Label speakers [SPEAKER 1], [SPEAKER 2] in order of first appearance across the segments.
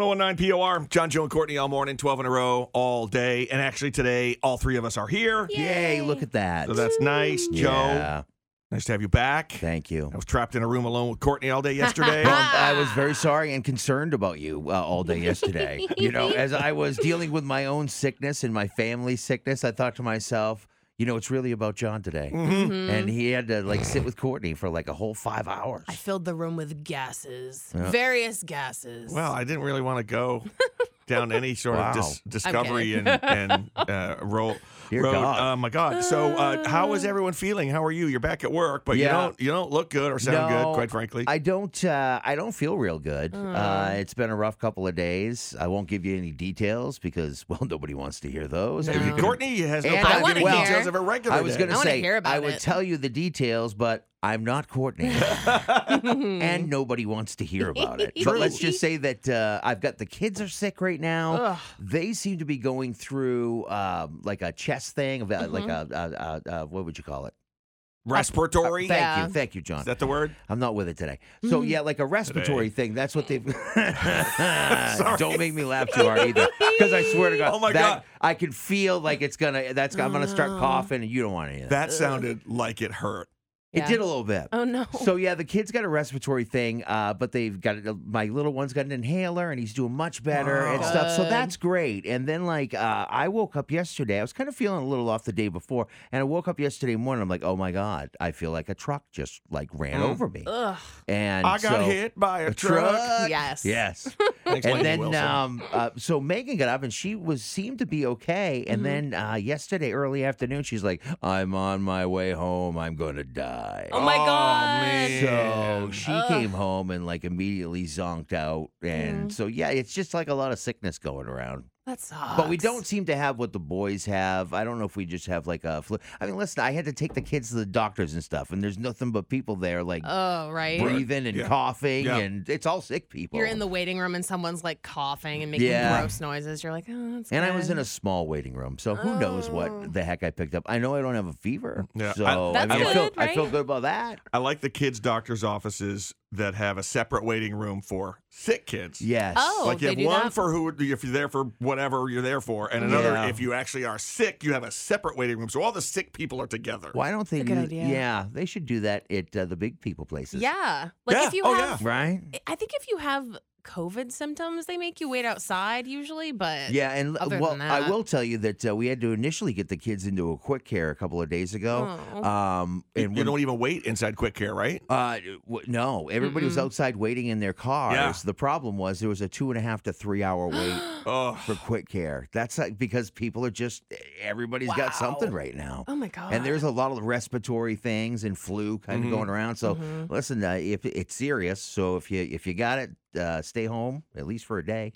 [SPEAKER 1] 1019 POR, John, Joe, and Courtney all morning, 12 in a row, all day. And actually, today, all three of us are here.
[SPEAKER 2] Yay, look at that.
[SPEAKER 1] So that's nice, Joe.
[SPEAKER 2] Yeah,
[SPEAKER 1] Nice to have you back.
[SPEAKER 2] thank you.
[SPEAKER 1] I was trapped in a room alone with Courtney all day yesterday.
[SPEAKER 2] Well, I was very sorry and concerned about you uh, all day yesterday. you know, as I was dealing with my own sickness and my family's sickness, I thought to myself, you know, it's really about John today.
[SPEAKER 1] Mm-hmm.
[SPEAKER 3] Mm-hmm.
[SPEAKER 2] And he had to like sit with Courtney for like a whole five hours.
[SPEAKER 3] I filled the room with gases, various gases.
[SPEAKER 1] well, I didn't really want to go down any sort
[SPEAKER 2] Wow.
[SPEAKER 1] of dis- discovery and, and uh, ro-
[SPEAKER 2] Dear
[SPEAKER 1] road.
[SPEAKER 2] God.
[SPEAKER 1] Oh my God! So, uh, how is everyone feeling? How are you? You're back at work, but you
[SPEAKER 2] Yeah.
[SPEAKER 1] don't you don't look good or sound
[SPEAKER 2] No,
[SPEAKER 1] good, quite frankly.
[SPEAKER 2] I don't. Uh, I don't feel real good. Uh, it's been a rough couple of days. I won't give you any details because, well, nobody wants to hear those. And you can-
[SPEAKER 1] Courtney has no
[SPEAKER 2] And I
[SPEAKER 1] problem
[SPEAKER 3] wanna
[SPEAKER 1] giving
[SPEAKER 3] hear.
[SPEAKER 1] details of her regular.
[SPEAKER 2] I was
[SPEAKER 1] day.
[SPEAKER 2] going to
[SPEAKER 3] I wanna
[SPEAKER 2] say,
[SPEAKER 3] hear about
[SPEAKER 2] I would
[SPEAKER 3] it.
[SPEAKER 2] tell you the details, but I'm not Courtney. and nobody wants to hear about it. But let's just say that uh, I've got the kids are sick right now. They seem to be going through um, like a chest thing, of, uh, like
[SPEAKER 3] Mm-hmm.
[SPEAKER 2] a, a, a, a, what would you call it? Uh,
[SPEAKER 1] respiratory.
[SPEAKER 2] Thank
[SPEAKER 3] Yeah. Mm-hmm.
[SPEAKER 2] you. Thank you, John.
[SPEAKER 1] Is that the word?
[SPEAKER 2] I'm not with it today. So yeah, like a respiratory thing. That's what they've. Don't make me laugh too hard either, because I swear to God,
[SPEAKER 1] Oh my
[SPEAKER 2] that,
[SPEAKER 1] God.
[SPEAKER 2] I can feel like it's gonna. That's I'm gonna
[SPEAKER 3] Oh.
[SPEAKER 2] start coughing, and you don't want to hear that.
[SPEAKER 1] That sounded like it hurt.
[SPEAKER 2] It did a little bit.
[SPEAKER 3] Oh, no.
[SPEAKER 2] So yeah, the kid's got a respiratory thing, uh, but they've got my little one's got an inhaler, and he's doing much better and stuff. So that's great. And then like uh, I woke up yesterday, I was kind of feeling a little off the day before, and I woke up yesterday morning. I'm like, oh my god, I feel like a truck just like ran over me.
[SPEAKER 3] Mm. Ugh.
[SPEAKER 2] And
[SPEAKER 1] I got
[SPEAKER 2] so-
[SPEAKER 1] hit by a,
[SPEAKER 2] a
[SPEAKER 1] truck.
[SPEAKER 2] truck.
[SPEAKER 3] Yes.
[SPEAKER 2] Yes.
[SPEAKER 1] Thanks,
[SPEAKER 2] and
[SPEAKER 1] Lady
[SPEAKER 2] then
[SPEAKER 1] Wilson.
[SPEAKER 2] um, uh, so Megan got up and she was seemed to be okay. And
[SPEAKER 3] Mm-hmm.
[SPEAKER 2] then uh, yesterday early afternoon, she's like, "I'm on my way home. I'm going to die."
[SPEAKER 3] Oh, my
[SPEAKER 1] Oh,
[SPEAKER 3] God.
[SPEAKER 1] man.
[SPEAKER 2] So she
[SPEAKER 3] Ugh.
[SPEAKER 2] came home and like immediately zonked out,
[SPEAKER 3] Mm-hmm.
[SPEAKER 2] and so yeah, it's just like a lot of sickness going around.
[SPEAKER 3] That sucks.
[SPEAKER 2] But we don't seem to have what the boys have. I don't know if we just have like a flu. I mean, listen, I had to take the kids to the doctors and stuff, and there's nothing but people there like
[SPEAKER 3] Oh,
[SPEAKER 1] Right.
[SPEAKER 3] right.
[SPEAKER 2] breathing and
[SPEAKER 1] Yeah.
[SPEAKER 2] coughing,
[SPEAKER 1] Yeah.
[SPEAKER 2] and it's all sick people.
[SPEAKER 3] You're in the waiting room and someone's like coughing and making
[SPEAKER 2] Yeah.
[SPEAKER 3] gross noises. You're like, oh, that's
[SPEAKER 2] And I was in
[SPEAKER 3] good."
[SPEAKER 2] a small waiting room, so who knows
[SPEAKER 3] Oh.
[SPEAKER 2] what the heck I picked up. I know I don't have a fever,
[SPEAKER 1] Yeah, I-
[SPEAKER 2] so
[SPEAKER 3] That's
[SPEAKER 2] I, mean, I feel,
[SPEAKER 3] good,
[SPEAKER 2] I feel
[SPEAKER 3] right?
[SPEAKER 2] good about that.
[SPEAKER 1] I like the kids' doctors' offices that have a separate waiting room for sick kids.
[SPEAKER 2] Yes.
[SPEAKER 3] Oh.
[SPEAKER 1] Like you
[SPEAKER 3] they
[SPEAKER 1] have
[SPEAKER 3] do
[SPEAKER 1] one
[SPEAKER 3] that?
[SPEAKER 1] for who if you're there for whatever you're there for, and another
[SPEAKER 2] Yeah.
[SPEAKER 1] if you actually are sick, you have a separate waiting room. So all the sick people are together.
[SPEAKER 2] Why don't they
[SPEAKER 3] That's a
[SPEAKER 2] do?
[SPEAKER 3] good idea.
[SPEAKER 2] Yeah, they should do that at uh, the big people places.
[SPEAKER 3] Yeah. Like
[SPEAKER 1] Yeah.
[SPEAKER 3] if you
[SPEAKER 1] Oh,
[SPEAKER 3] have,
[SPEAKER 2] Right.
[SPEAKER 3] I think if you have COVID symptoms, they make you wait outside usually, but
[SPEAKER 2] Yeah, and uh,
[SPEAKER 3] Eh, other
[SPEAKER 2] well,
[SPEAKER 3] than
[SPEAKER 2] I
[SPEAKER 3] that-
[SPEAKER 2] will tell you that uh, we had to initially get the kids into a quick care a couple of days ago.
[SPEAKER 3] Oh.
[SPEAKER 2] Um,
[SPEAKER 1] You-
[SPEAKER 2] and
[SPEAKER 1] you
[SPEAKER 2] when-
[SPEAKER 1] don't even wait inside quick care, right?
[SPEAKER 2] Uh, w- no, everybody was outside waiting in their cars.
[SPEAKER 1] Yeah.
[SPEAKER 2] The problem was there was a two and a half to three hour wait
[SPEAKER 1] Oh,
[SPEAKER 2] for quick care. That's like because people are just eh, everybody's got something right now.
[SPEAKER 3] Oh my god.
[SPEAKER 2] And there's a lot of respiratory things and flu kind
[SPEAKER 1] Mm-hmm.
[SPEAKER 2] of going around.
[SPEAKER 3] Mm-hmm.
[SPEAKER 2] So listen, uh, if it's serious, so if you if you got it, uh, stay home at least for a day,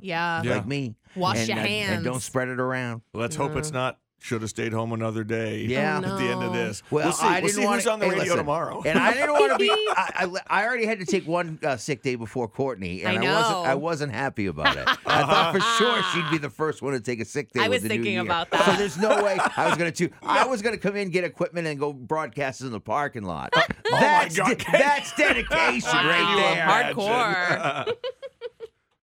[SPEAKER 3] yeah.
[SPEAKER 1] Yeah.
[SPEAKER 2] like me.
[SPEAKER 3] Wash
[SPEAKER 2] and,
[SPEAKER 3] your
[SPEAKER 2] and- and don't
[SPEAKER 3] hands.
[SPEAKER 2] spread it around.
[SPEAKER 1] let's hope it's not. Should have stayed home another day.
[SPEAKER 2] Yeah.
[SPEAKER 1] At the end of
[SPEAKER 3] Oh, no.
[SPEAKER 1] this,
[SPEAKER 2] Well,
[SPEAKER 1] we'll see.
[SPEAKER 2] I
[SPEAKER 1] we'll
[SPEAKER 2] didn't
[SPEAKER 1] see
[SPEAKER 2] want
[SPEAKER 1] who's on the
[SPEAKER 2] hey,
[SPEAKER 1] radio
[SPEAKER 2] listen,
[SPEAKER 1] tomorrow.
[SPEAKER 2] And I didn't want to be. I, I, I already had to take one uh, sick day before Courtney, and
[SPEAKER 3] I
[SPEAKER 2] wasn't. I
[SPEAKER 3] know.
[SPEAKER 2] wasn't happy about it. I thought for sure she'd be the first one to take a sick day.
[SPEAKER 3] I
[SPEAKER 2] with
[SPEAKER 3] was
[SPEAKER 2] the new
[SPEAKER 3] thinking
[SPEAKER 2] year.
[SPEAKER 3] about that.
[SPEAKER 2] So there's no way I was going to. I was going to come in, get equipment, and go broadcast in the
[SPEAKER 3] Oh
[SPEAKER 2] parking lot.
[SPEAKER 1] my
[SPEAKER 2] that's
[SPEAKER 1] God.
[SPEAKER 2] de- that's dedication
[SPEAKER 3] Wow.
[SPEAKER 2] right there.
[SPEAKER 3] Hardcore.